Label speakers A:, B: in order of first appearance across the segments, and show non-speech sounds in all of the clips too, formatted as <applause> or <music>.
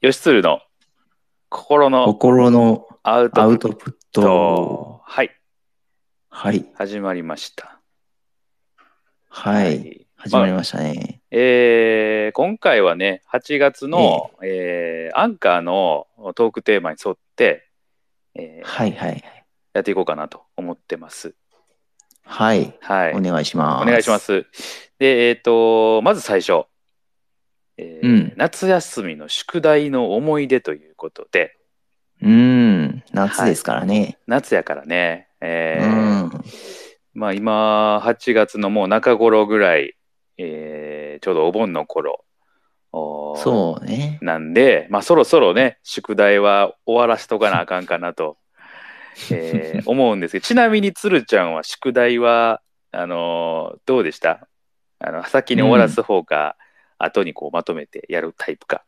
A: 吉鶴の心の
B: 心の
A: アウ
B: ア
A: ト
B: ウ
A: プ
B: トプッ
A: ッ
B: ト
A: ト。。はい、
B: はい。
A: 始まりました。
B: はい。始まりましたね。
A: えー今回はね、8月の、えーアンカーのトークテーマに沿って、えー
B: はいはい
A: やっていこうかなと思ってます。
B: はい。は
A: は
B: い。
A: い。
B: お願いします。
A: お願いしま。す。で、えっ、と、まず最初、えー
B: うん
A: 夏休みの宿題の思い出ということで、
B: うん。夏ですからね。
A: 夏やからね、え
B: う
A: ー
B: ん。
A: まあ今、8月のもう中頃ぐらい、えーちょうどお盆の頃、おー
B: そうね。
A: なんで、まあそろそろね、宿題は終わらしとかなあかんかなと、 <laughs> えー思うんですけど、ちなみにつるちゃんは宿題は、あのーどうでしたあの先に終わらす方か、後にこうまとめてやるタイプか。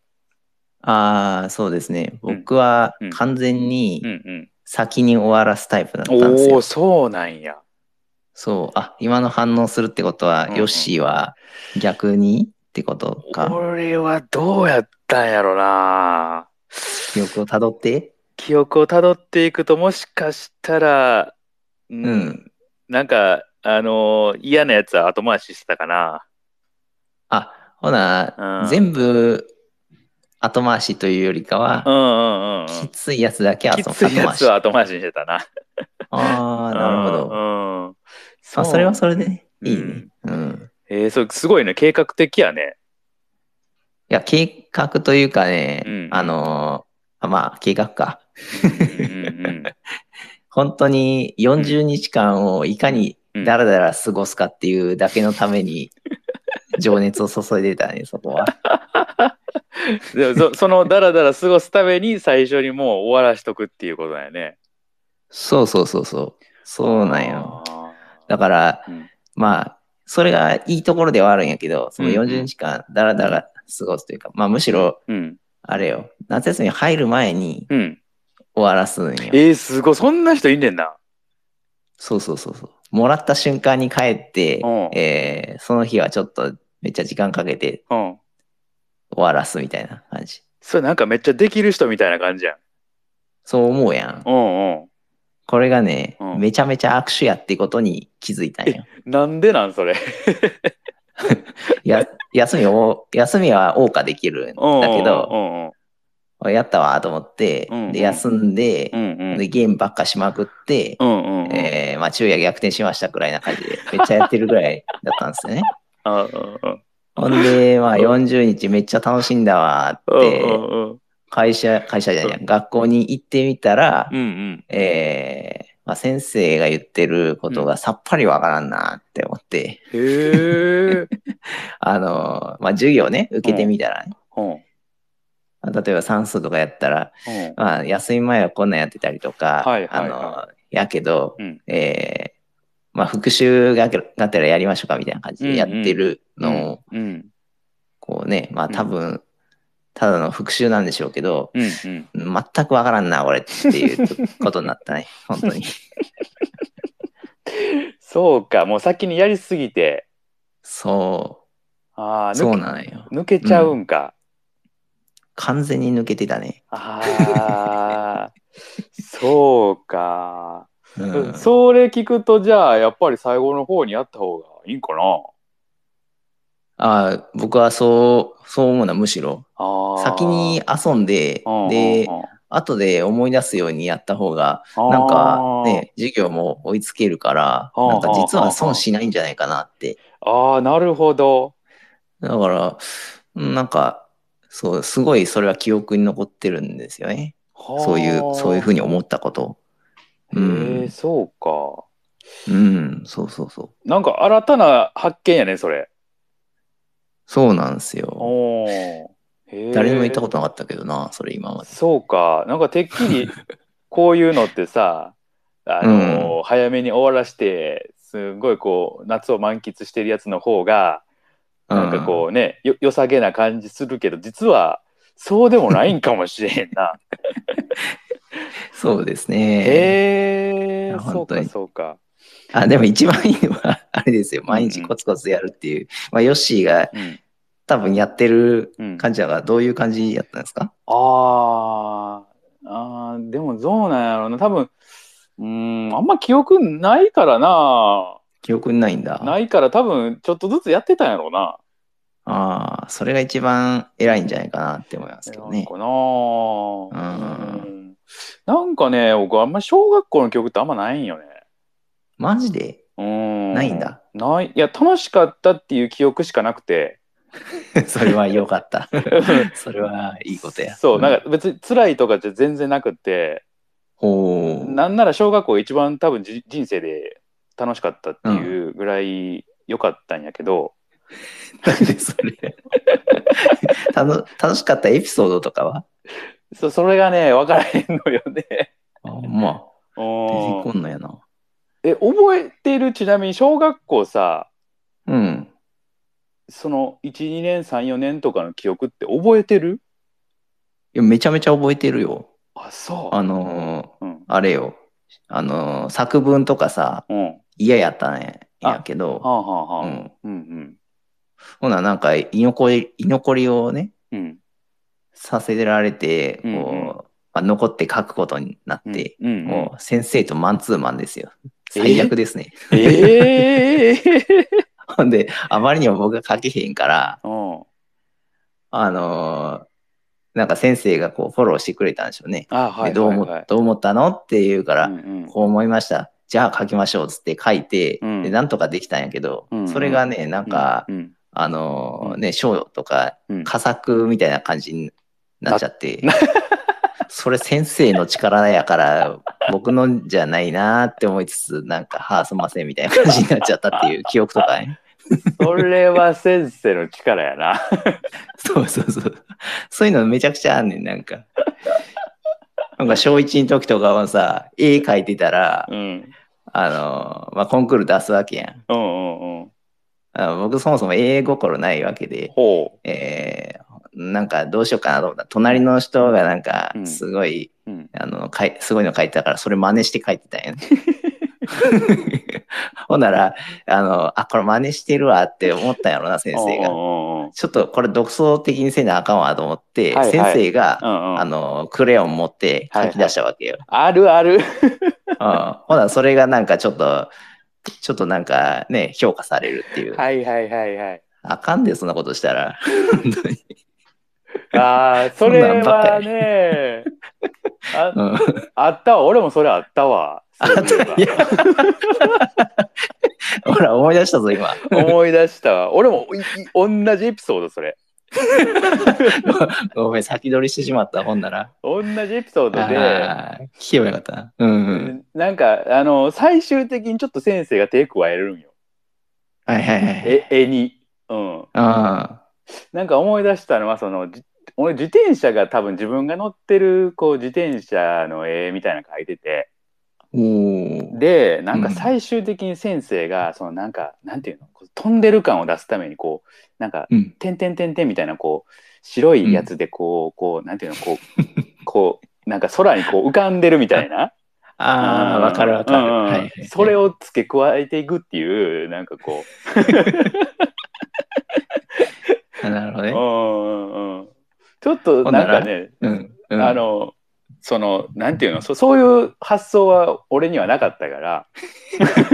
B: ああ、そうですね。僕は
A: うん
B: 完全に
A: うんうん。
B: 先に終わらすタイプだったんです
A: おおー、
B: よ。
A: そうなんや。
B: そう。あ、今の反応するってことは、
A: うんうん
B: ヨッシーは逆にってことか。
A: 俺はどうやったんやろな。
B: 記憶をたどって。
A: 記憶をたどっていくと、もしかしたら、うん、
B: うん
A: なんか、あのー嫌なやつは後回ししてたかな。
B: あ、ほな、
A: うん
B: 全部後回しというよりか
A: う
B: は、
A: んうんうんうん。
B: きついやつだけ後
A: きついや
B: 後回
A: つ
B: し。
A: は
B: あ
A: 後回しにしてたな。
B: あー、なるほ
A: う
B: ど。
A: んうん。
B: まあ、それはそれでね、
A: うん
B: いいね。うん。
A: えー、それすごいね。計画的や
B: <laughs>
A: ね。
B: いや、計画というかね、
A: うん
B: あのーあまあ、計画か。
A: うんうん
B: 本当に40日間をいかに
A: うん
B: ダラダラ過ごすかっていうだけのため
A: <laughs>
B: に情熱を注いでたね、そこは。
A: でもそそのダラダラ過ごすために最初にもう終わらしとくっていうことだよね。
B: そうそうそうそう。そうなんよ。
A: あ
B: だから、
A: ー。うん
B: まあ、それがいいところではあるんやけど、その
A: うんうん
B: 40日間だらだら過ごすというか、まあむしろ、
A: うん。
B: あれよ、夏休み入る前に
A: うん。
B: 終わらすんよ。
A: えー、すごい。そんな人いんねんな。
B: そうそうそうそう。もらった瞬間に帰って
A: うん、
B: えーその日はちょっとめっちゃ時間かけて
A: うん。
B: 終わらすみたいな感じ。
A: それなんかめっちゃできる人みたいな感じやん。
B: そう思うやん
A: う。んうん。
B: これがね、
A: うん
B: めちゃめちゃ握手やってことに気づいたんよ。
A: なんでなんそれ。
B: や休みを、休みは謳歌できるんだけ
A: うんうん
B: ど、やったわと思って
A: うんう、ん
B: で、休んで
A: う、んうん。うんうん
B: で、ゲームばっかしまくって、
A: うんうんうん。
B: えー、まあ、昼夜逆転しましたくらいな感じで、めっちゃやってるぐらいだったんですよね。
A: あうんうん
B: ほんで、まあ、40日めっちゃ楽しんだわ
A: うん
B: っ
A: う
B: て、
A: んうん。
B: 会社、会社じゃないや、学校に行ってみたら
A: う、んうん。
B: えー、まあ、先生が言ってることがさっぱりわからんなって思って、
A: へえ。
B: あのー、まあ、授業ね、受けてみたらね、
A: うんうん。
B: まあ例えば算数とかやったら、まあ、休み前はこんなんやってたりとか、
A: はいはいはい
B: あのー、やけど、
A: うん
B: えーまあ、復習がけがてらやりましょうかみたいな感じでやってるのを、
A: うん
B: こうね、まあ
A: ん
B: 多分、ただの復習なんでしょうけど、
A: うんうん。
B: 全くわからんな、俺っていうとことになっ
A: <laughs>
B: たね、本当に。
A: そうか、もう先にやりすぎて、
B: そ
A: あ
B: う、
A: あ、抜
B: そう
A: け
B: なのよ。
A: 抜けちゃうんか。
B: 完全に抜けてたね。
A: ああ、そうか。
B: うん、
A: それ聞くと、じゃあ、やっぱり最後の方にやった方がいいんかな。
B: あー僕はそう、そう思うな、むしろ。
A: ああ。
B: 先に遊んで
A: うんうんうん、、
B: で、後で思い出すようにやった方が、なんかね、授業も追いつけるから、
A: あー
B: なんか実は損しないんじゃないかなって。
A: あーあー、なるほど。
B: だから、なんか、そう、すごいそれは記憶に残ってるんですよね。そういう、そういうふう
A: に。
B: に思ったこと。う
A: へえ、
B: ん。
A: そうか。
B: うん、そうそうそう。
A: なんか新たな発見やね、それ。
B: そうなんですよ。
A: おーへえ
B: 誰にも言ったことなかったけどな、それ今まで。
A: そうか、なんかてっき
B: <laughs>
A: りこういうのってさ、あの早めに終わらして、すごいこう、夏を満喫してるやつの方が、なんかこうね、よ良さげな感じするけど、実はそうでもないんかもしれへん
B: <laughs>
A: な。
B: うん。そうですね。
A: へえ
B: いや
A: そう
B: 本当
A: か、
B: に
A: そうか。
B: あ、でも一番いいのは、あれですよ。毎日コツコツやるっていう。まあ、ヨッシーが
A: うん
B: 多分やってる
A: うん、
B: 感じだから、どういう感じやったんですか
A: あーあーでもどうなんやろうな多分うーんあんま記憶ないからな
B: 記憶にないんだ。
A: ないから多分ちょっとずつやってたんやろうな。
B: ああ、それが一番偉いんじゃないかなって思いますけどね
A: か。な、
B: う
A: うんなんかね僕あんま小学校の記憶ってあんまないんよね。
B: マジで
A: うん
B: ないんだ。
A: ないいや楽しかったっていう記憶しかなくて
B: <laughs> それは良か
A: <laughs>
B: った。それはいいことや。
A: そうなん
B: か。
A: か別に辛いとかじゃ全然なくって、
B: ほう。
A: なんなら小学校一番多分じ人生で楽しかったっていうぐらい良かったんやけど、
B: なんでそれ <laughs> 楽楽しかったエピソードとかは
A: そそれがね分からへんの <laughs> よね。
B: あほんま出て
A: う
B: こ
A: ん
B: んのやな。
A: え覚えてるちなみに小学校さ
B: うん。
A: その12年34年とかの記憶って覚えてる
B: いやめちゃめちゃ覚えてるよ。
A: あそう。
B: あの
A: うん
B: ーあれよ。あのー作文とかさ、
A: うん、は
B: 嫌やったねやけ
A: あ
B: ど、
A: はあはあ、う
B: う
A: ん
B: ん、
A: うん
B: ほななんか居残り、居残りをね、
A: うん
B: させられて、こう、
A: うんうん
B: まあ、残って書くことになっ
A: うん
B: て、
A: うんうん
B: もう先生とマンツーマンですよ。
A: え
B: 最悪ですね。 <laughs>
A: ええ
B: ほんで、あまりにも僕が書けへんから、
A: うん
B: あのーなんか先生がこうフォローしてくれたんでしょうね。
A: あはいはいはい
B: でどう思どう思ったのって言うから、
A: うんうん
B: こう思いました。じゃあ書きましょうっつって書いて、
A: うん
B: でなんとかできたんやけど、
A: うんうん
B: それがね、なんか、
A: うん
B: あのーね、賞とか
A: うん
B: 佳作みたいな感じになっちゃって、 <laughs> それ先生の力やから、僕のじゃないなーって思いつつ、なんか、はあ、すんませんみたいな感じになっちゃったっていう <laughs> 記憶とかね。
A: それは先生の力やな。
B: そうそうそう。そういうのめちゃくちゃあんねん、なんか。なんか小1の時とかはさ、絵描いてたら、
A: うん
B: あのまあ、コンクール出すわけやん。
A: うんうんうん。
B: あの僕そもそも絵心ないわけで、
A: ほ
B: えーなんかどうしようかなと思った。隣の人がなんか
A: うん
B: すごい、
A: う。うん、
B: あのかいすごいの描いてたから、それ真似して描いてたん
A: <laughs>
B: やね。ほんなら、あの、あ、これ真似してるわって思ったんやろな、先生が
A: う。んうんうん
B: ちょっとこれ独創的にせなあかんわと思って、
A: はいはい
B: 先生が、
A: うんうん
B: あの、クレヨン持って書き出したわけよ。
A: あるある。
B: うんほな、それがなんかちょっと、ちょっとなんかね、評価されるっていう。
A: はいはいはいはい。
B: あかんで、そんなことしたら。本当に
A: ああ、
B: <laughs>
A: それはね、あ
B: うん
A: あったわ。俺もそれあったわ。そういえば
B: いや <laughs> ほら、思い出したぞ、今。
A: 思い出したわ。俺もいい同じエピソード、それ。
B: ごめん、先取りしてしまった、ほんなら。
A: 同じエピソードで、
B: あー聞けばよかったな。うんうん。
A: なんか、あの、最終的にちょっと先生が手加えるんよ。
B: はいはいはい。
A: え、絵に。うん。
B: あ
A: なんか思い出したのは、その、じ俺自転車が多分自分が乗ってるこう自転車の絵みたいなの書いてて
B: あ。おー
A: でなんか
B: うん
A: 最終的に先生がそのなんかなんていうのこう飛んでる感を出すためにこうなんか
B: うん。
A: 点点点点みたいなこう白いやつでこう、こうなんていうのこうこうなんか空にこう浮かんでるみたいな
B: ああ、
A: うん
B: わかるわかる。
A: うんうん
B: はいはいはい
A: それを付け加えていくっていうなんかこ
B: あなるほど
A: う,、
B: ね。
A: うんうんうん、ちょっとなんかね
B: うん。うん
A: あ、のそのなんていうのそそういう発想は俺にはなかったから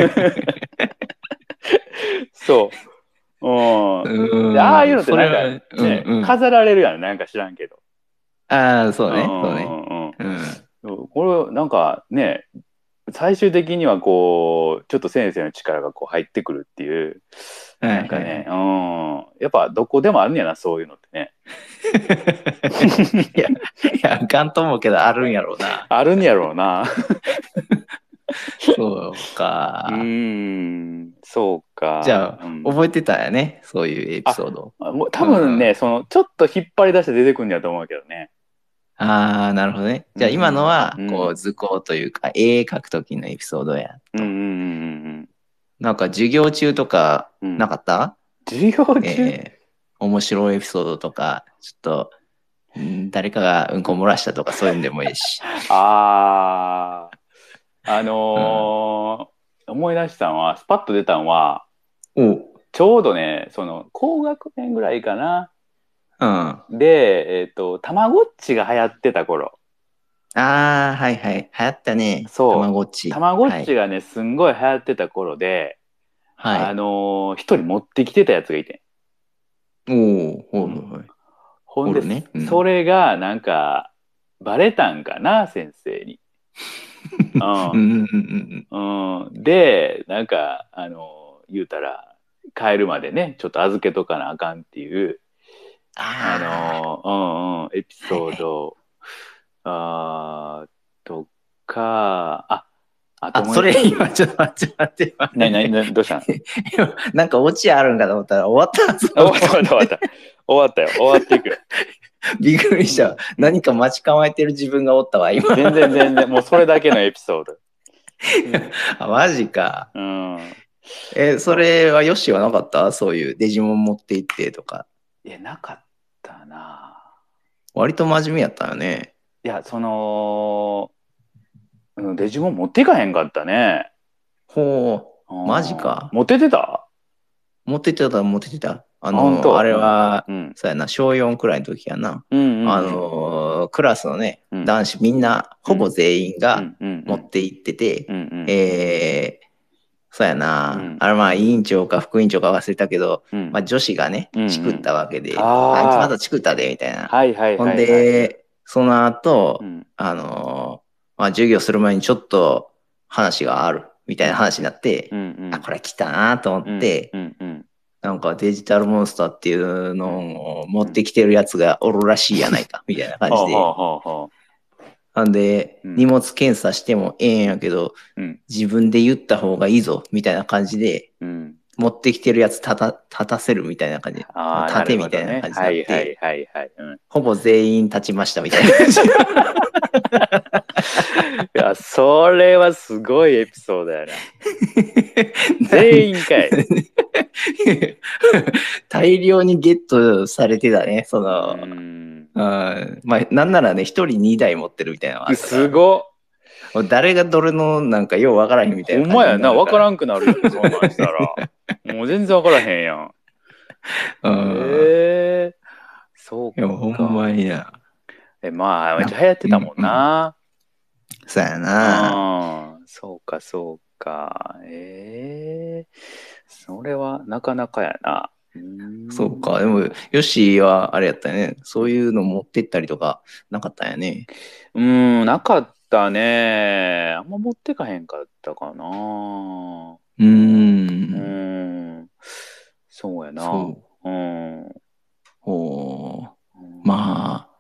B: <laughs>
A: そう、うん
B: うん
A: でああいうのってなんか、ね
B: それはうんうん
A: 飾られるやんなんか知らんけど。
B: ああ、そうね、
A: ん
B: そうね。
A: んうん
B: うん。
A: そうこれなんかね最終的にはこうちょっと先生の力がこう入ってくるっていう
B: はい
A: なんかね、うん、やっぱどこでもあるんやなそういうのってね <laughs>
B: いや、いや、あかん <laughs> と思うけど、あるんやろうな。
A: <laughs> あるんやろうな
B: そうか
A: う。んそうか
B: じゃあ
A: うん、
B: 覚えてたんやね、そういうエピソード。
A: あもう多分ね、そのちょっと引っ張り出して出てくるんやと思うけどね
B: ああ、なるほどね。じゃあ、今のは
A: うん、
B: こう、図工というか、絵描くときのエピソードや。
A: うんうん
B: なんか、授業中とか、
A: うんうん
B: なかった
A: 授業中、
B: ええ、面白いエピソードとか、ちょっと、ん誰かがうんこ漏らしたとか、そういうんでもいい
A: <laughs>
B: し。
A: あああのー思い出したのはスパッと出たのは
B: お
A: ちょうどね、その、高学年ぐらいかな。
B: うん。あ
A: で、えっ、と、たまごっちが流行ってた頃。
B: あー、はいはい。流行ったね。
A: そう
B: たまごっち。
A: たまごっち
B: が。
A: がね、すんごい流行ってた頃で、あ
B: はい。
A: のー一人持ってきてたやつがいてん。
B: おー、ほいほい。
A: ほんで、
B: おるねうん
A: それが、なんか、バレたんかな、先生
B: <laughs>
A: に。うん
B: うんうんうん
A: うん、でなんかあの言うたら帰るまでねちょっと預けとかなあかんっていうあ
B: あ
A: のうんうんエピソード、あーとかああ
B: ー
A: とも
B: あ、
A: う
B: それ今、ちょっと待って待って待って。
A: 何何何どう
B: <laughs>
A: したん
B: 今なんかオチあるんかと思ったら終わったぞ
A: 終わった終わった終わった終わったよ終わっていくよ
B: びっくりした。何か待ち構えてる自分がおったわ、今。
A: 全然全然もうそれだけのエピソード
B: <laughs> あマジか。
A: うん
B: え、それはヨッシーはなかったそういうデジモン持って行ってとか。
A: いやなかったな
B: 割と真面目やったよね。
A: いやそのうんデジモン持っていかへんかったね
B: ほ
A: うん
B: マジか
A: モテてた
B: う。持ってってた持ってってた。あの、
A: 本当
B: あれは、
A: うん。
B: そうやな、小4くらいの時やな。
A: うんうん
B: あのークラスのね、
A: うん
B: 男子みんな、ほぼ全員
A: う
B: が
A: んうん
B: 持って行ってて、
A: うんうん
B: えー、そうやな、
A: うん
B: あれまあ委員長か副委員長か忘れたけど、
A: うん
B: まあ、女子がね
A: うんうん
B: チクったわけで、
A: あー
B: あいつまだチクったでみたいな、
A: はいはいはい
B: ほ
A: はい。
B: んでその後、
A: うん、
B: あのーまあ、授業する前にちょっと話があるみたいな話になって、
A: うんうん、
B: あこれ来たなと思って、
A: うんうん
B: なんかデジタルモンスターっていうのを持ってきてるやつがおるらしいやないかみたいな
A: うん、
B: 感
A: ほう
B: じで
A: ほうほうほ
B: なんで、
A: うん
B: 荷物検査してもええんやけど、
A: うん
B: 自分で言った方がいいぞ、みたいな感じで、
A: う。うん、
B: 持ってきてるやつ立た立たせるみたいな感じで、
A: あー
B: 盾
A: るほどね
B: みたいな感じにな
A: は
B: っ
A: い
B: て
A: はいはいはい。うん、い
B: ほぼ全員立ちましたみたいな感じ。
A: や、それはすごいエピソードや
B: <laughs>
A: な。 <laughs> 全員かい。
B: <laughs> 大量にゲットされてたね、その、うん
A: うん
B: まあ、なんならね、一人二台持ってるみたいなのがあったから
A: すごっ。
B: もう誰がどれのなんかようわからへんみたい
A: ほん
B: な感じに
A: ま
B: る
A: やな、わか
B: から
A: んくなるよ、そんなんした
B: <laughs>
A: ら。もう全然わからへんやん。
B: ら
A: へ
B: うん。
A: えそう
B: い
A: か。
B: や、ほんまにな。
A: え、まあ、めっちゃ流行ってたもんな。
B: そうや
A: う
B: な。
A: んそうかそうか。ええそれはなかなかやな。ん
B: そうか、でも、ヨッシーはあれやったよね。そういうの持ってったりとかなかったんやね。
A: うん、なかったね。あんま持ってかへんかったかな。
B: うー。
A: うんん、そうやな。
B: そう。
A: うん。
B: ほう。まあ、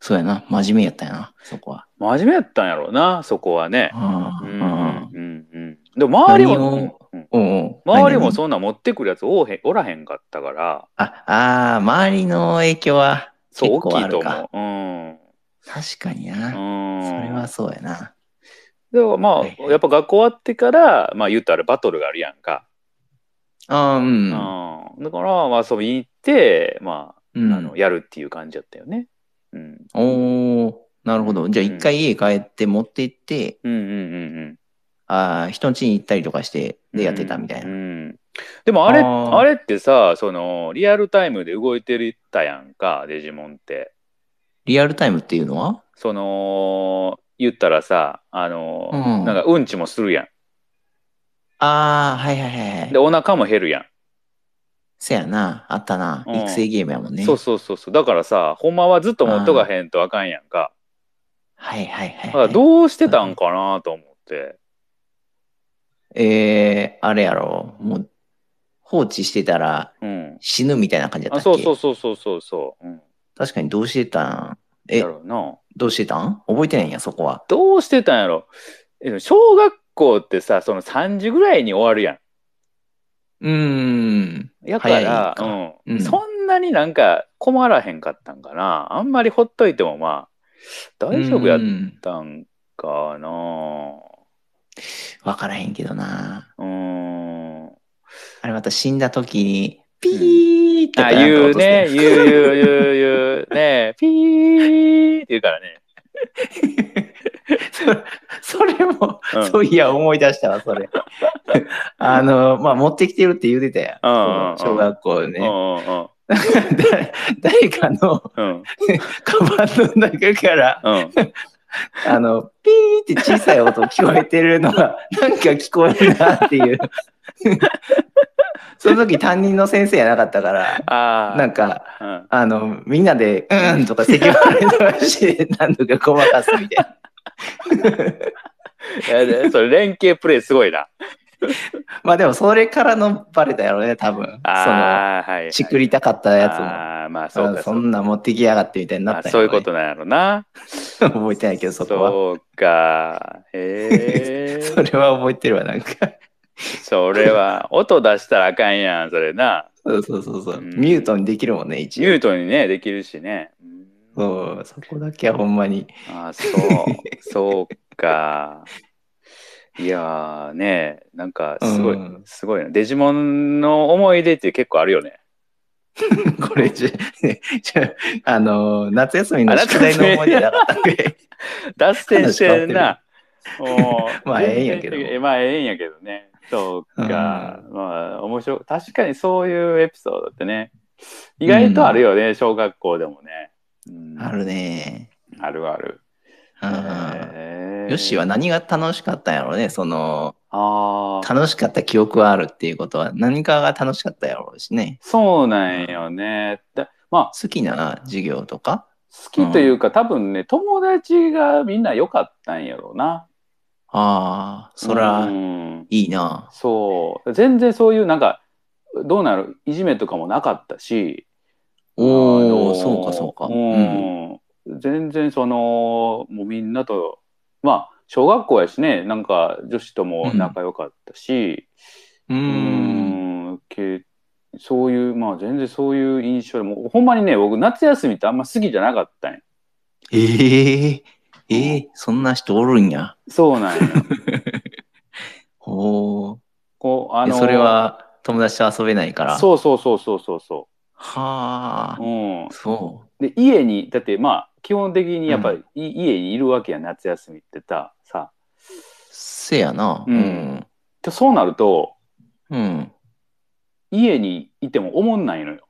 B: そうやな。真面目やったんやな、そこは。
A: 真面目やったんやろうな、そこはね。
B: あ
A: う
B: あ
A: ん、
B: ああ
A: うん、うん。でも周り
B: 何
A: も
B: を、
A: うん
B: おうおう
A: 周りも
B: 何々
A: そんな持ってくるやつおうへんおらへんかったから、
B: あ、ああ、周りの影響は
A: そ
B: 結
A: う、
B: 構
A: 大き
B: あ
A: いと
B: る
A: 思
B: か。
A: う。うん。
B: 確かにな。
A: うん、
B: それはそうやな。
A: でもまあ、
B: はいはい
A: やっぱ学校終わってから、まあ言ったらバトルがあるやんか。
B: ああ、う。
A: うんん。だから、まあ遊びに行って、まあ、
B: うん
A: あのやるっていう感じだったよね。うん。
B: おおなるほど。じゃあ
A: うん
B: 一回家帰って持って行って、
A: うんうんうんうん。
B: ああ、人ん家に行ったりとかして、でやってたみたいな。
A: うんうんでもあれ
B: あー
A: あれってさ、その、リアルタイムで動いてるたやんか、デジモンって。
B: リアルタイムっていうのは
A: その、言ったらさ、あの、
B: うん
A: なんかうんちもするや
B: ああ、はいはいはいは
A: ん。で、
B: い。
A: お腹も減るやん。
B: せやな、あったな。
A: うん
B: 育成ゲームやもんね。
A: そうそうそうそう。だからさ、ほんまはずっと持っとかへんとあかんやんか。
B: はいはいはい
A: だか
B: は
A: ら
B: い。
A: どうしてたんかなと思って。
B: えー、あれやろ。もう、放置してたら
A: うん。
B: 死ぬみたいな感じだ
A: あ、
B: ったっ
A: そ
B: け
A: うそうそうそうそうそう。うん。
B: 確かにどうしてたんえ
A: や、ろうな。
B: どうしてたん覚えてないんや、そこは。
A: どうしてたんやろ。えでも小学校ってさ、その3時ぐらいに終わるや
B: うーん。
A: ん。やから
B: 早い、か
A: うん
B: うん
A: そんなになんか困らへんかったんかな。あんまりほっといてもまあ、大丈夫やっ
B: うん
A: たんかな。
B: わからへんけどな。
A: うん。
B: あれまた死んだ時に、ピーって
A: あ、
B: なんか
A: 言う
B: 音して
A: ね、言う言
B: <laughs>
A: う言う言う。ねピーって言うからね。
B: それも、
A: うん
B: そういや、思い出したわ、
A: <laughs>
B: それ。あの、まあ、持ってきてるって言うてたやん。
A: うんうんうん
B: その小学校
A: う
B: ね。
A: んうん
B: <laughs> 誰誰かの
A: うんうん
B: カバンの中から、 <laughs>
A: うん
B: あの、ピーって小さい音聞こえてる
A: <laughs>
B: のが、なんか聞こえるなっていう。その時担任の先生やなかったから、
A: ああ
B: なんか、
A: うん
B: あの、みんなで、うんとか咳払いとかして、何度かごまかすみ
A: <laughs>
B: たいな。
A: いやでそれ連携プレーすごいな
B: まあでも、それからのバレたやろね、多分。 <laughs> その、
A: ああはいはい
B: しくりたかったやつも。
A: ああまあ
B: そ
A: そうか
B: んな持ってきやがってみたいにな
A: あ
B: ったんやろね
A: そういうことなんやろな
B: 覚えてないけど、そこは。
A: そうかへえ
B: <laughs> それは覚えてるわ、なんか。
A: それは音出したらあかんやんそれな
B: そうそうそうそう。
A: うん
B: ミュートにできるもんね、一
A: ミ
B: 応
A: ュ。ートにねできるしねうん
B: そう、そこだけはほんまに。 <laughs>
A: ああそうそうかいやーねなんかすごい、
B: うん
A: すごいなデジモンの思い出って結構あるよね
B: これ、じゃ、じゃあの、夏休みの宿題の思い出なかったんで。
A: 脱線してんな。もう
B: まあええんやけど
A: 全然えまあええんやけどね。そうか。まあ面白い。確かにそういうエピソードってね、意外とあるよね、小学校でもね。うん
B: あるね。
A: あるある。
B: うん。
A: へえ
B: ヨッシーは何が楽しかったんやろうね、その、
A: ああ。
B: 楽しかった記憶はあるっていうことは、何かが楽しかったやろうしね。
A: そうなんよね。だまあ
B: 好きな授業とか
A: 好きというか、多分ね友達がみんな良かったんやろうな。
B: ああ、そ
A: うん
B: ら、いいな。
A: そう全然そういうなんかどうなるいじめとかもなかったし。
B: おお、
A: あのー
B: そうかそうか。うん。
A: うん全然そのもうみんなとまあ小学校やしねなんか女子とも仲良かったし、
B: う。
A: うんんけそういうまあ全然そういう印象でもうほんまにね僕夏休みってあんま好きじゃなかったんや
B: ええええそんな人おるんや。
A: そうなん
B: <laughs>
A: や
B: おー
A: こうあ
B: え
A: の
B: それは友達と遊べないから。う。
A: そうそうそうそうそうそ
B: はあ
A: う、、うん、
B: そ
A: で家にだってまあ基本的にやっぱり、い家にいるわけや夏休みってささ
B: う。せやな。
A: う
B: うんん。
A: でそうなると
B: うん。
A: 家にいても思んないのよ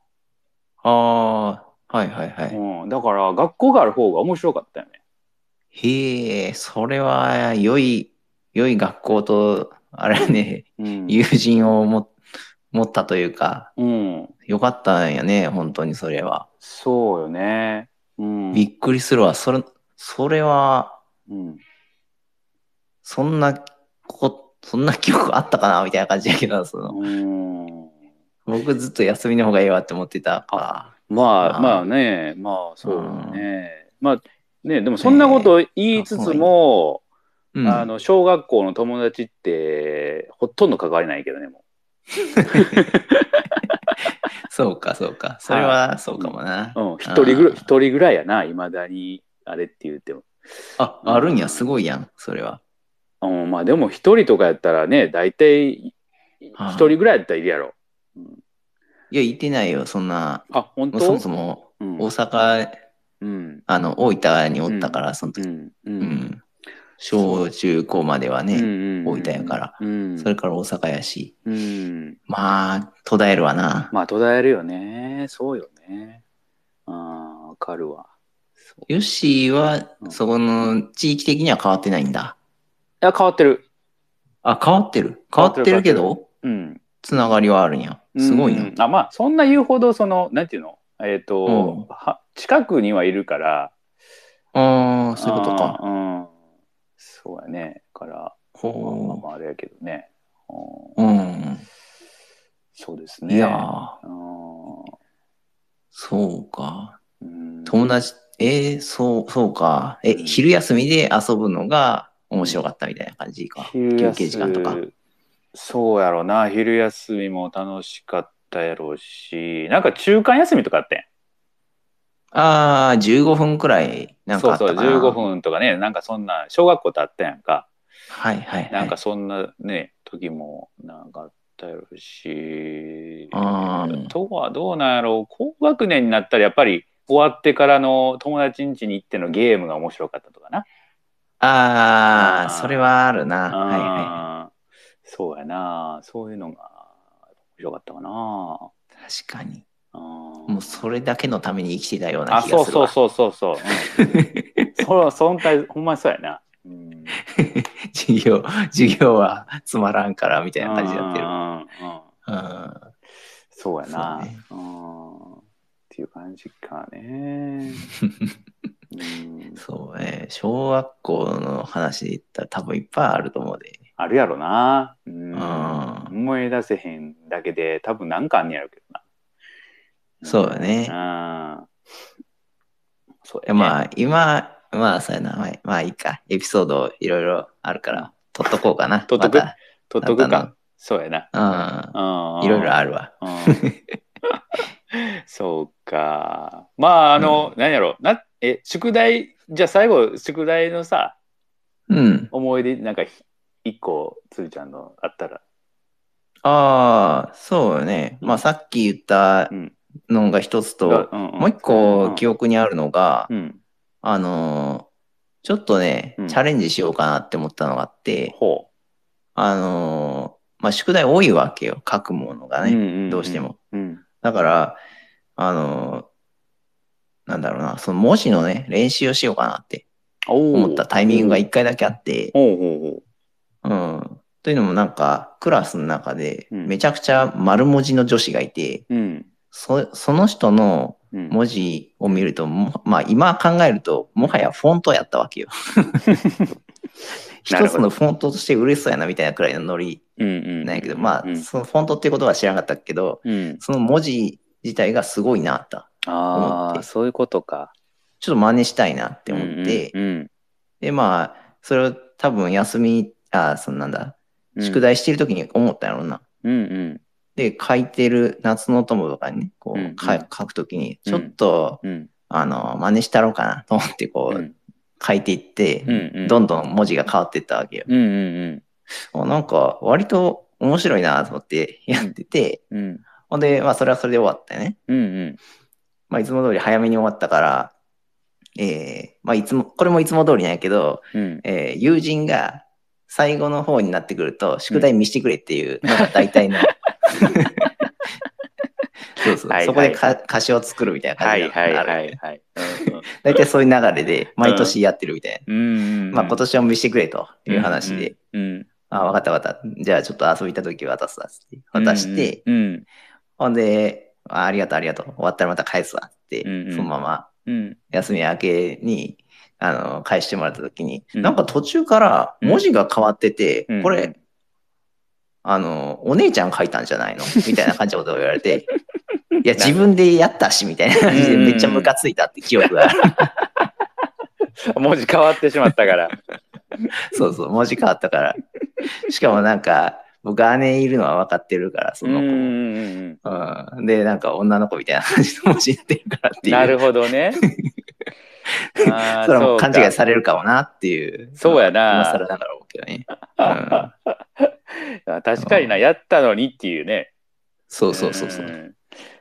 B: ああ、はいはいはい。
A: うん、だから学校がある方が面白かったよね。
B: へえ、それは良い、良い学校と、あれね、
A: うん
B: 友人をも持ったというか、
A: うん、
B: 良かったんやね、本当にそれは。
A: そうよね。うん、
B: びっくりするわ。それ、それは、
A: うん、
B: そんな、こ、そんな記憶あったかなみたいな感じやけど、その、
A: うん
B: 僕ずっと休みの方がいいわって思ってたか
A: ま
B: ま
A: あ
B: あ
A: まあねまあそうよね。まあねでもそんなこと言いつつも、
B: ら。
A: あ
B: うん
A: の小学校の友達ってほとんど関わりないけどねも
B: そうか、そうか。それは、そうかもな
A: う。。うん、一人ぐらい
B: あー
A: 一人ぐらいやないまだにあれって言っても。
B: あ、あるんや、すごいやん、それは。
A: うん、まあでも一人とかやったらね大体
B: あー
A: 一人ぐらいやったらいるやろ。うん
B: いや、行ってないよ、そんな。
A: あ本当
B: もうそもそも、
A: うん
B: 大阪、
A: うん
B: あの、大分におったから、その
A: う
B: 時。
A: んう
B: うんん。小中高までは
A: うん
B: ね、
A: うん
B: 大分やから
A: うん
B: それから大阪やし。
A: うん
B: まあ、途絶えるわな。
A: まあ途絶えるよねそうよねあーわかるわそう
B: ヨッシーは
A: う、ん
B: そこの地域的には変わってないんだ。
A: いや変わってる
B: あ、変わってる。
A: 変
B: 変
A: わ
B: わ
A: って
B: っ
A: る
B: てるけど、
A: うん
B: つながりはあるんや。すごいな。
A: うんあまあそんな言うほどそのなんていうのえっ、と、は近くにはいるから
B: ああ、そういうことか。
A: あーうんそうやねだからまあまあ
B: ほ
A: まああれやけどねうん
B: う。うん。
A: そうですね
B: いやー、
A: うん
B: そうか。
A: うん
B: 友達、えー、そう、そうか。え、
A: うん
B: 昼休みで遊ぶのが面白かったみたいな感じか。
A: 昼休
B: 休憩時間とか。
A: そうやろな昼休みも楽しかったやろうしなんか中間休みとかあってん
B: ああ、15分くらい、なんかあ
A: そ
B: っ
A: う
B: た
A: そ
B: か
A: う
B: な。
A: 15。分とかねなんかそんな小学校とあったやんか
B: はいはい、はい。
A: なんかそんなね時もなんかあったやろうし
B: あ
A: あ
B: ー
A: とはどうなんやろう高学年になったらやっぱり終わってからの友達ん家に行ってのゲームが面白かったとかな
B: ああ、
A: あー
B: それはあるな。
A: あ
B: はいは。
A: あそうやなそういうのが面白かったかない
B: 確かに。
A: も
B: もうそれだけのために生きてたような
A: あ
B: 気
A: そ
B: が
A: う
B: する
A: そう
B: わ。
A: そうそうそう、
B: <laughs>
A: うん、そそん体ほんまにそうやな、うん、
B: 授業、授業はつまらんからみたいな感じになってる。
A: うんうんうん
B: うん
A: そうやな
B: そうね
A: うん、っていう感じか
B: <laughs>
A: ね、うん、
B: そうね。小学校の話で言ったら多分いっぱいあると思うで。
A: あるやろな、うん
B: うん
A: 思い出せへんだけで多分なんかあんねやろうけどな
B: そうだね
A: うんそうやね
B: まあ今、まあそうやな。まあ、まあいいか。エピソードいろいろあるから、取っとこうかな。
A: 取っとく
B: また
A: 取っとくかそうやな
B: うん。
A: うん
B: いろいろあるわ。
A: うん <laughs> そうか。まあ、あの、何やろな、え、宿題、じゃあ最後、宿題のさ、
B: うん。
A: 思い出、なんかひ、一個、つーちゃんのあったら。
B: ああ、そうよね。まあさっき言った
A: うん。
B: のが一つと、も
A: も
B: う一個記憶にあるのが、
A: うん。
B: あのーちょっとね、
A: うん
B: チャレンジしようかなって思ったのがあって、
A: ほ
B: あのーまあ、宿題多いわけよ、書くもの
A: う。
B: がね。
A: んんん
B: どうしても。
A: うん。
B: だから、あのーなんだろうな、その文字のね、練習をしようかなって
A: おー
B: 思ったタイミングが一回だけあって、
A: ほうほうほ
B: うん。というのもなんか、クラスの中で、
A: うん
B: めちゃくちゃ丸文字の女子がいて、
A: う。うん。
B: そその人の
A: うん
B: 文字を見ると、もまあ今考えると、もはやフォントやった
A: <laughs>
B: わけよ。
A: なる
B: 一
A: ほ
B: つ
A: ど
B: のフォントとして嬉しそうやなみたいなくらいのノリ
A: うんうん。
B: なんやけど、ま
A: う
B: あ、
A: ん
B: そのフォントっていうことは知らなかったけど、
A: うん。
B: その文字自体がすごいなと。
A: あ
B: 思っ
A: あ、
B: て
A: そういうことか。
B: ちょっと真似したいなって思って、
A: うん
B: で、まあ、それを多分休み、あ、そのなんだ、
A: うん。
B: 宿題してる時に思ったんやろうな。
A: うんうん。
B: で、書いてる夏の友とかにね、こ
A: うんうん
B: う、か書くときに、ちょっと、
A: うん
B: あの、真似したろうかなと思って、こ
A: う
B: う、
A: ん。
B: 書いていって、
A: うんうん
B: どんどん文字が変わっていったわけよ。
A: うんうん
B: あなんか、割と面白いなと思ってやってて、
A: うん。うん
B: ほんで、まあ、それはそれで終わったよね。
A: うんうん。
B: まあ、いつも通り早めに終わったから、ええまあ、いつも、これもいつも通りなんやけど、
A: うん。
B: えー友人が最後の方になってくると、宿題見してくれっていうのが
A: <laughs>
B: 大体の。そうそう。
A: はいはい
B: そこでか歌詞を作るみたいな感
A: は
B: じ
A: い
B: に
A: はい
B: なる。
A: はいはい。
B: 大体そういう流れで、毎年やってるみたいな。
A: うん
B: <laughs> まあ、今
A: と
B: 年は見してくれという話で、。
A: うん。
B: あ、わかったわかった。じゃあ、ちょっと遊びた時渡すわつって。渡して、
A: うん。
B: ほんで、あありがとう、ありがとう。終わったらまた返すわって、
A: うんうん
B: そのまま
A: うん。
B: 休み明けに、あの、返してもらった時に、
A: うん
B: なんか途中から文字が変わってて、
A: うん
B: これ、あの、お姉ちゃん書いたんじゃな
A: <laughs>
B: いのみたいな感じのことを言われて、いや、自分でやったし、みたいな感じで
A: うんうん
B: めっちゃムカついたって記
A: <laughs>
B: 憶がある。
A: 文字変わってしまったから。
B: そうそう、文字変わったから。しかもなんか、僕姉いるのは分かってるから、 <laughs> その子も。
A: ん。
B: うん、で、なんか女の子みたいな感じの文字になってるからっていう。
A: なるほど
B: <laughs>
A: ね。あ
B: それはもう勘違い
A: い
B: されるかもなっていう。
A: そうやな
B: 今更ながら思うけどね。うん
A: 確かにな、やったのにっていうね。
B: そうそうそうそう。。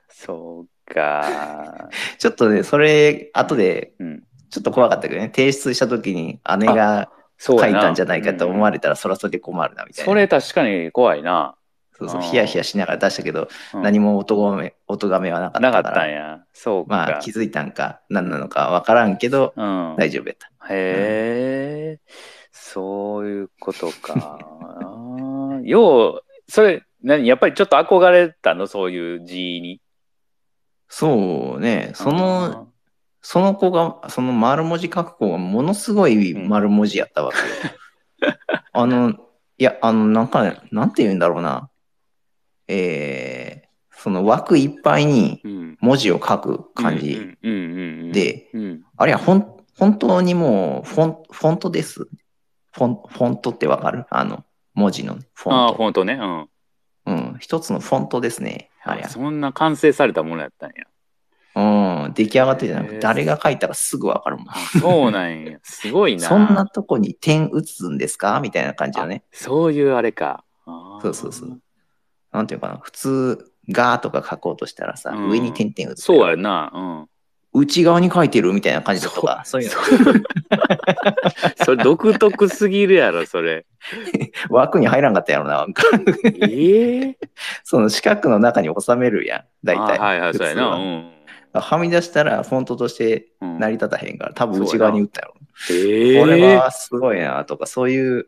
A: そうか。
B: ちょっとね、それ、後で、
A: うん。
B: ちょっと怖かったけどね、提出した時に姉が
A: そ
B: 書いう
A: や
B: たんじゃないかと思わ
A: れ
B: れたら、そらそれで困るな、みたいな。
A: それ確かに怖いな。
B: そうそう
A: あー
B: ヒヤヒヤしながら出したけど、何も音がめ、音がめはなかった
A: な
B: か。
A: からったんや。そうか。
B: まあ、気づいたんか、何なのかわからんけど、
A: うん。
B: 大丈夫やった。
A: へえ、そういうことか。よう、それ、何やっぱりちょっと憧れたのそういう字に。
B: そうね、その、その子が、その丸文字書く子がものすごい丸文字やったわけよ。
A: <laughs>
B: あの、いや、あの、なんか、なんて言うんだろうな。えー、その枠いっぱいに
A: あー、うん、
B: 文字を書く感じ。
A: うんうんうんうん、
B: で、
A: うん、
B: あれはほん、本当にもうフォン、フォントです。フォン、フォントってわかるあの、文字のフ
A: ああ、
B: ォント。
A: 本当ね。うん。
B: うん、一つのフォントですね。あれは
A: そんな完成されたものやったん
B: <laughs>
A: や。
B: うん、出来上がってるじゃなく
A: へ
B: て、
A: ー
B: 誰が書いたらすぐわかるもん。
A: あそうなんや。すごいな。
B: そんなとこに点打つんですかみたいな感じだね。
A: そういうあれか。あー
B: そうそうそう。なんていうかな、普通、がーとか書こうとしたらさ、
A: うん
B: 上に点々打つけど。
A: そうやな。
B: 内側に書いてるみたいな感じだとか、そういうの。
A: <laughs> それ独特すぎるやろ、それ。
B: <laughs> 枠に入らんかったやろな、なんか <laughs>
A: ええ
B: その四角の中に収めるやん、 <laughs> 大体。
A: はいはい、
B: 普
A: そうや
B: 通
A: な。う
B: は
A: ん。
B: はみ出したらフォントとして
A: うん
B: 成り立たへんから、多分内側に打ったやろ。
A: ええ
B: これはすごいなとか、そういう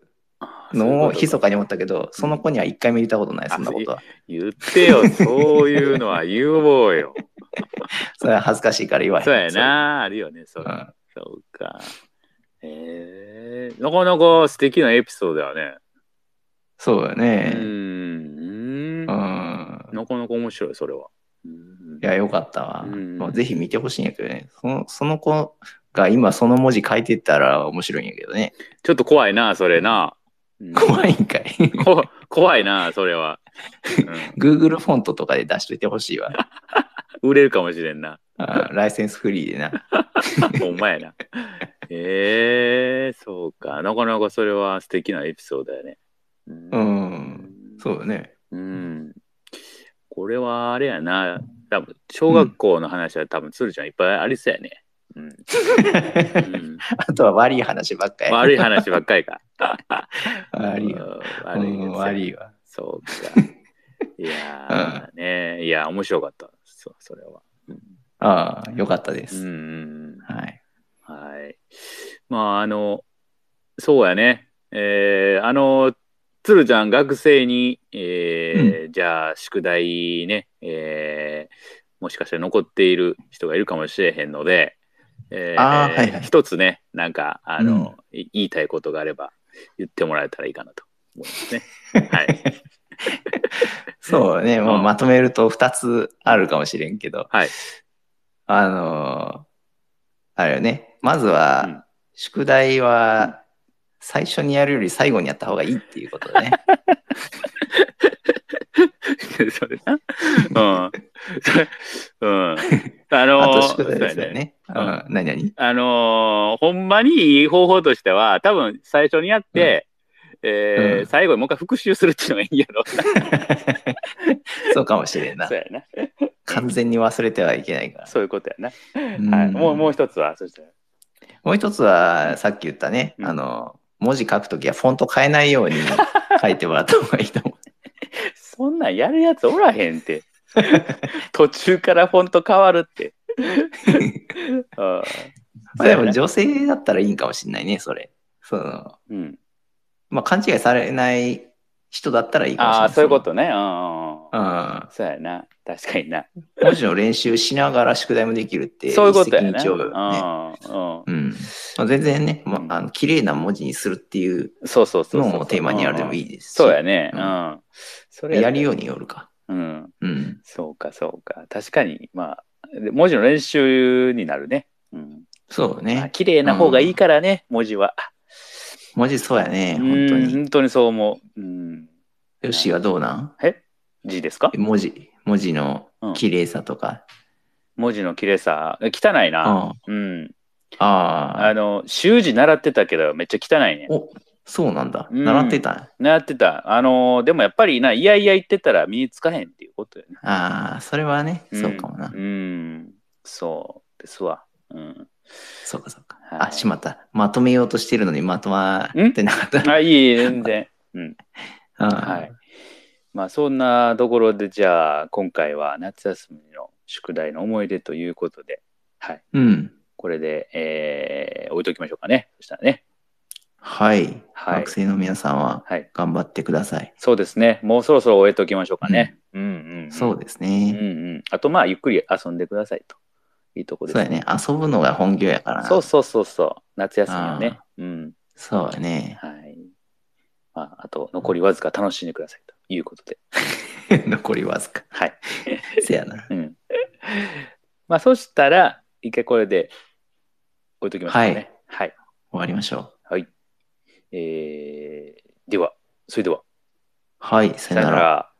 B: のを
A: ひ
B: 密かに思ったけど、その子には一回も言ったことない、
A: うん
B: そんなことは。
A: 言って
B: <laughs>
A: よ、そういうのは言おうよ。
B: それは恥ずかしいから言わへん。
A: そうやな、あるよね、そ
B: そうう。うん
A: そうか。ええなかなか素敵なエピソードだよね。
B: そうだ
A: う
B: ね。
A: ん。
B: う。
A: なんかなか面白い、それは。うん
B: いや、よかったわ。
A: うん
B: まあぜひ見てほしいんやけどね。そのその子が今その文字書いてったら面白いんやけどね。
A: ちょっと怖いな、それな。うん
B: 怖いん <laughs> かい。
A: こ怖いな、それ
B: <laughs>
A: は。うん
B: Google フォントとかで出しといてほしいわ。
A: 売れるかもしれんな。
B: あライセンスフリーでな。
A: <laughs> ほんまやな。ええそうか。なかなかそれは素敵なエピソードやね。う。
B: うんん。そうだね。
A: うん。これはあれやな。多分小学校の話は多分、鶴ちゃんいっぱいありそうやね。うん。うん
B: <laughs> あとは悪い話ばっかり。
A: 悪い話ばっかり
B: <laughs>
A: か。
B: 悪い
A: うん
B: わ。
A: 悪いやつ
B: う
A: や
B: ん悪いわ。
A: そう
B: <laughs>
A: か。いやー、ねいや、面白かった。そう、それは。うん
B: ああ、よかったで
A: うん
B: す。
A: うんうん。
B: はい。
A: はい。まあ、あの、そうやね。えーあの、つるちゃん、学生に、えーじゃあ、宿題ね、えーもしかして残っている人がいるかもしれへんので、えー
B: あーはいはい
A: 一つね、なんか、あの、い言いたいことがあれば、言ってもらえたらいいかなと思いますね。
B: <laughs>
A: <laughs> はい。
B: そうね。
A: う
B: もうんまとめると2つあるかもしれんけど。
A: はい。
B: あのーあれよね。まずは、
A: うん
B: 宿題は最初にやるより最後にやった方がいいっていうことだね。
A: それな。うん。それうん。 <laughs> あの
B: <laughs> あと宿題です
A: そうやね
B: よね。うん
A: うやね。
B: 何何
A: あのーほんまにいい方法としては、多分最初にやって、えー
B: うん
A: 最後にもう一回復習するっていうのがいいんやろ。
B: そうかもしれんな
A: そ。うやな。
B: 完全に忘れてはいけないか
A: <laughs>
B: ら。
A: そういうことやな。
B: うん
A: はい、もうもう一つは、そして。
B: もう一つは、さっき言ったね、
A: うん
B: あの、文字書くときはフォント変えないように書いてもらった方がいいと思
A: そんなんやるやつおらへん
B: <laughs>
A: って。途中からフォント変わるって。あー
B: う。まあでも女性だったらいいんかもしれないね、それ。その、
A: うん、
B: まあ勘違いされない人だったらいいかもしれ
A: あ
B: な
A: あ、
B: い。
A: そういうことね。うんうんう。
B: うんん。
A: そうやな。確かにな。
B: 文字の練習しながら宿題もできるって、
A: そういうことや
B: 一
A: な。
B: 石二鳥よね。
A: うんうん
B: うんまあ、全然ね、ま
A: うん
B: あ、あの綺麗な文字にするっていう
A: そうそうそうそう。
B: のをテーマにやるでも
A: い。
B: いいですし
A: そうやね。う
B: うん
A: ん。そ
B: やるよう
A: う
B: によるか。
A: うん。
B: うん。
A: そうか、そうか。確かに、まあ、で文字の練習になるね。うん。
B: そう
A: まあ
B: ね。
A: 綺麗な方がいいからね、文字は。
B: 文字そうやね、本当
A: うん
B: に。
A: 本当にそう思う。うん。
B: ヨッシーはどうなん
A: え字ですか
B: 文字、文字の
A: うん
B: 綺麗さとか。
A: 文字の綺麗さ。汚いうな。
B: ん。
A: うん。
B: あ
A: あ
B: あ。
A: の、習字習ってたけど、めっちゃ汚いね。
B: お、そうなんだ。
A: うん
B: 習ってたんや
A: 習ってた。あのー、でもやっぱりな、いやいや言ってたら身につかへんっていうことよね。
B: ああ、それはね、そうかもな
A: う。ん。そうですわ。うん。
B: そうかそうか。
A: はい
B: あ、しまった。まとめようとしてるのにまとまってなかった。
A: あ、いい、全然。は。。
B: はい
A: まあそんなところでじゃあ今回は夏休みの宿題の思い出ということで、はい、
B: うん。
A: これで、えー置いときましょうかね。そしたらね。
B: はい。
A: はい
B: 学生の皆さんは
A: はい。
B: 頑張ってください。
A: そうですね。もうそろそろ終えておきましょうかね。うんうん、うん。
B: そうです
A: うん
B: ね。
A: うん。あとまあゆっくり遊んでくださいというところ
B: そう
A: で
B: や
A: す
B: ね。。遊ぶのが本業やからな。
A: そうそうそうそう。夏休みはね。うん。
B: そうやね。 <laughs>
A: はい。まああと残りわずか楽しんでくださいということで。
B: 残りわずか。
A: はい。
B: せやな。
A: うん。まあ、そしたら、一回これで置いときましょうね。はい。
B: 終わりましょう。
A: はい。えーでは、それでは、
B: はい、
A: さ
B: さよ
A: よ
B: な
A: な
B: ら。
A: ら。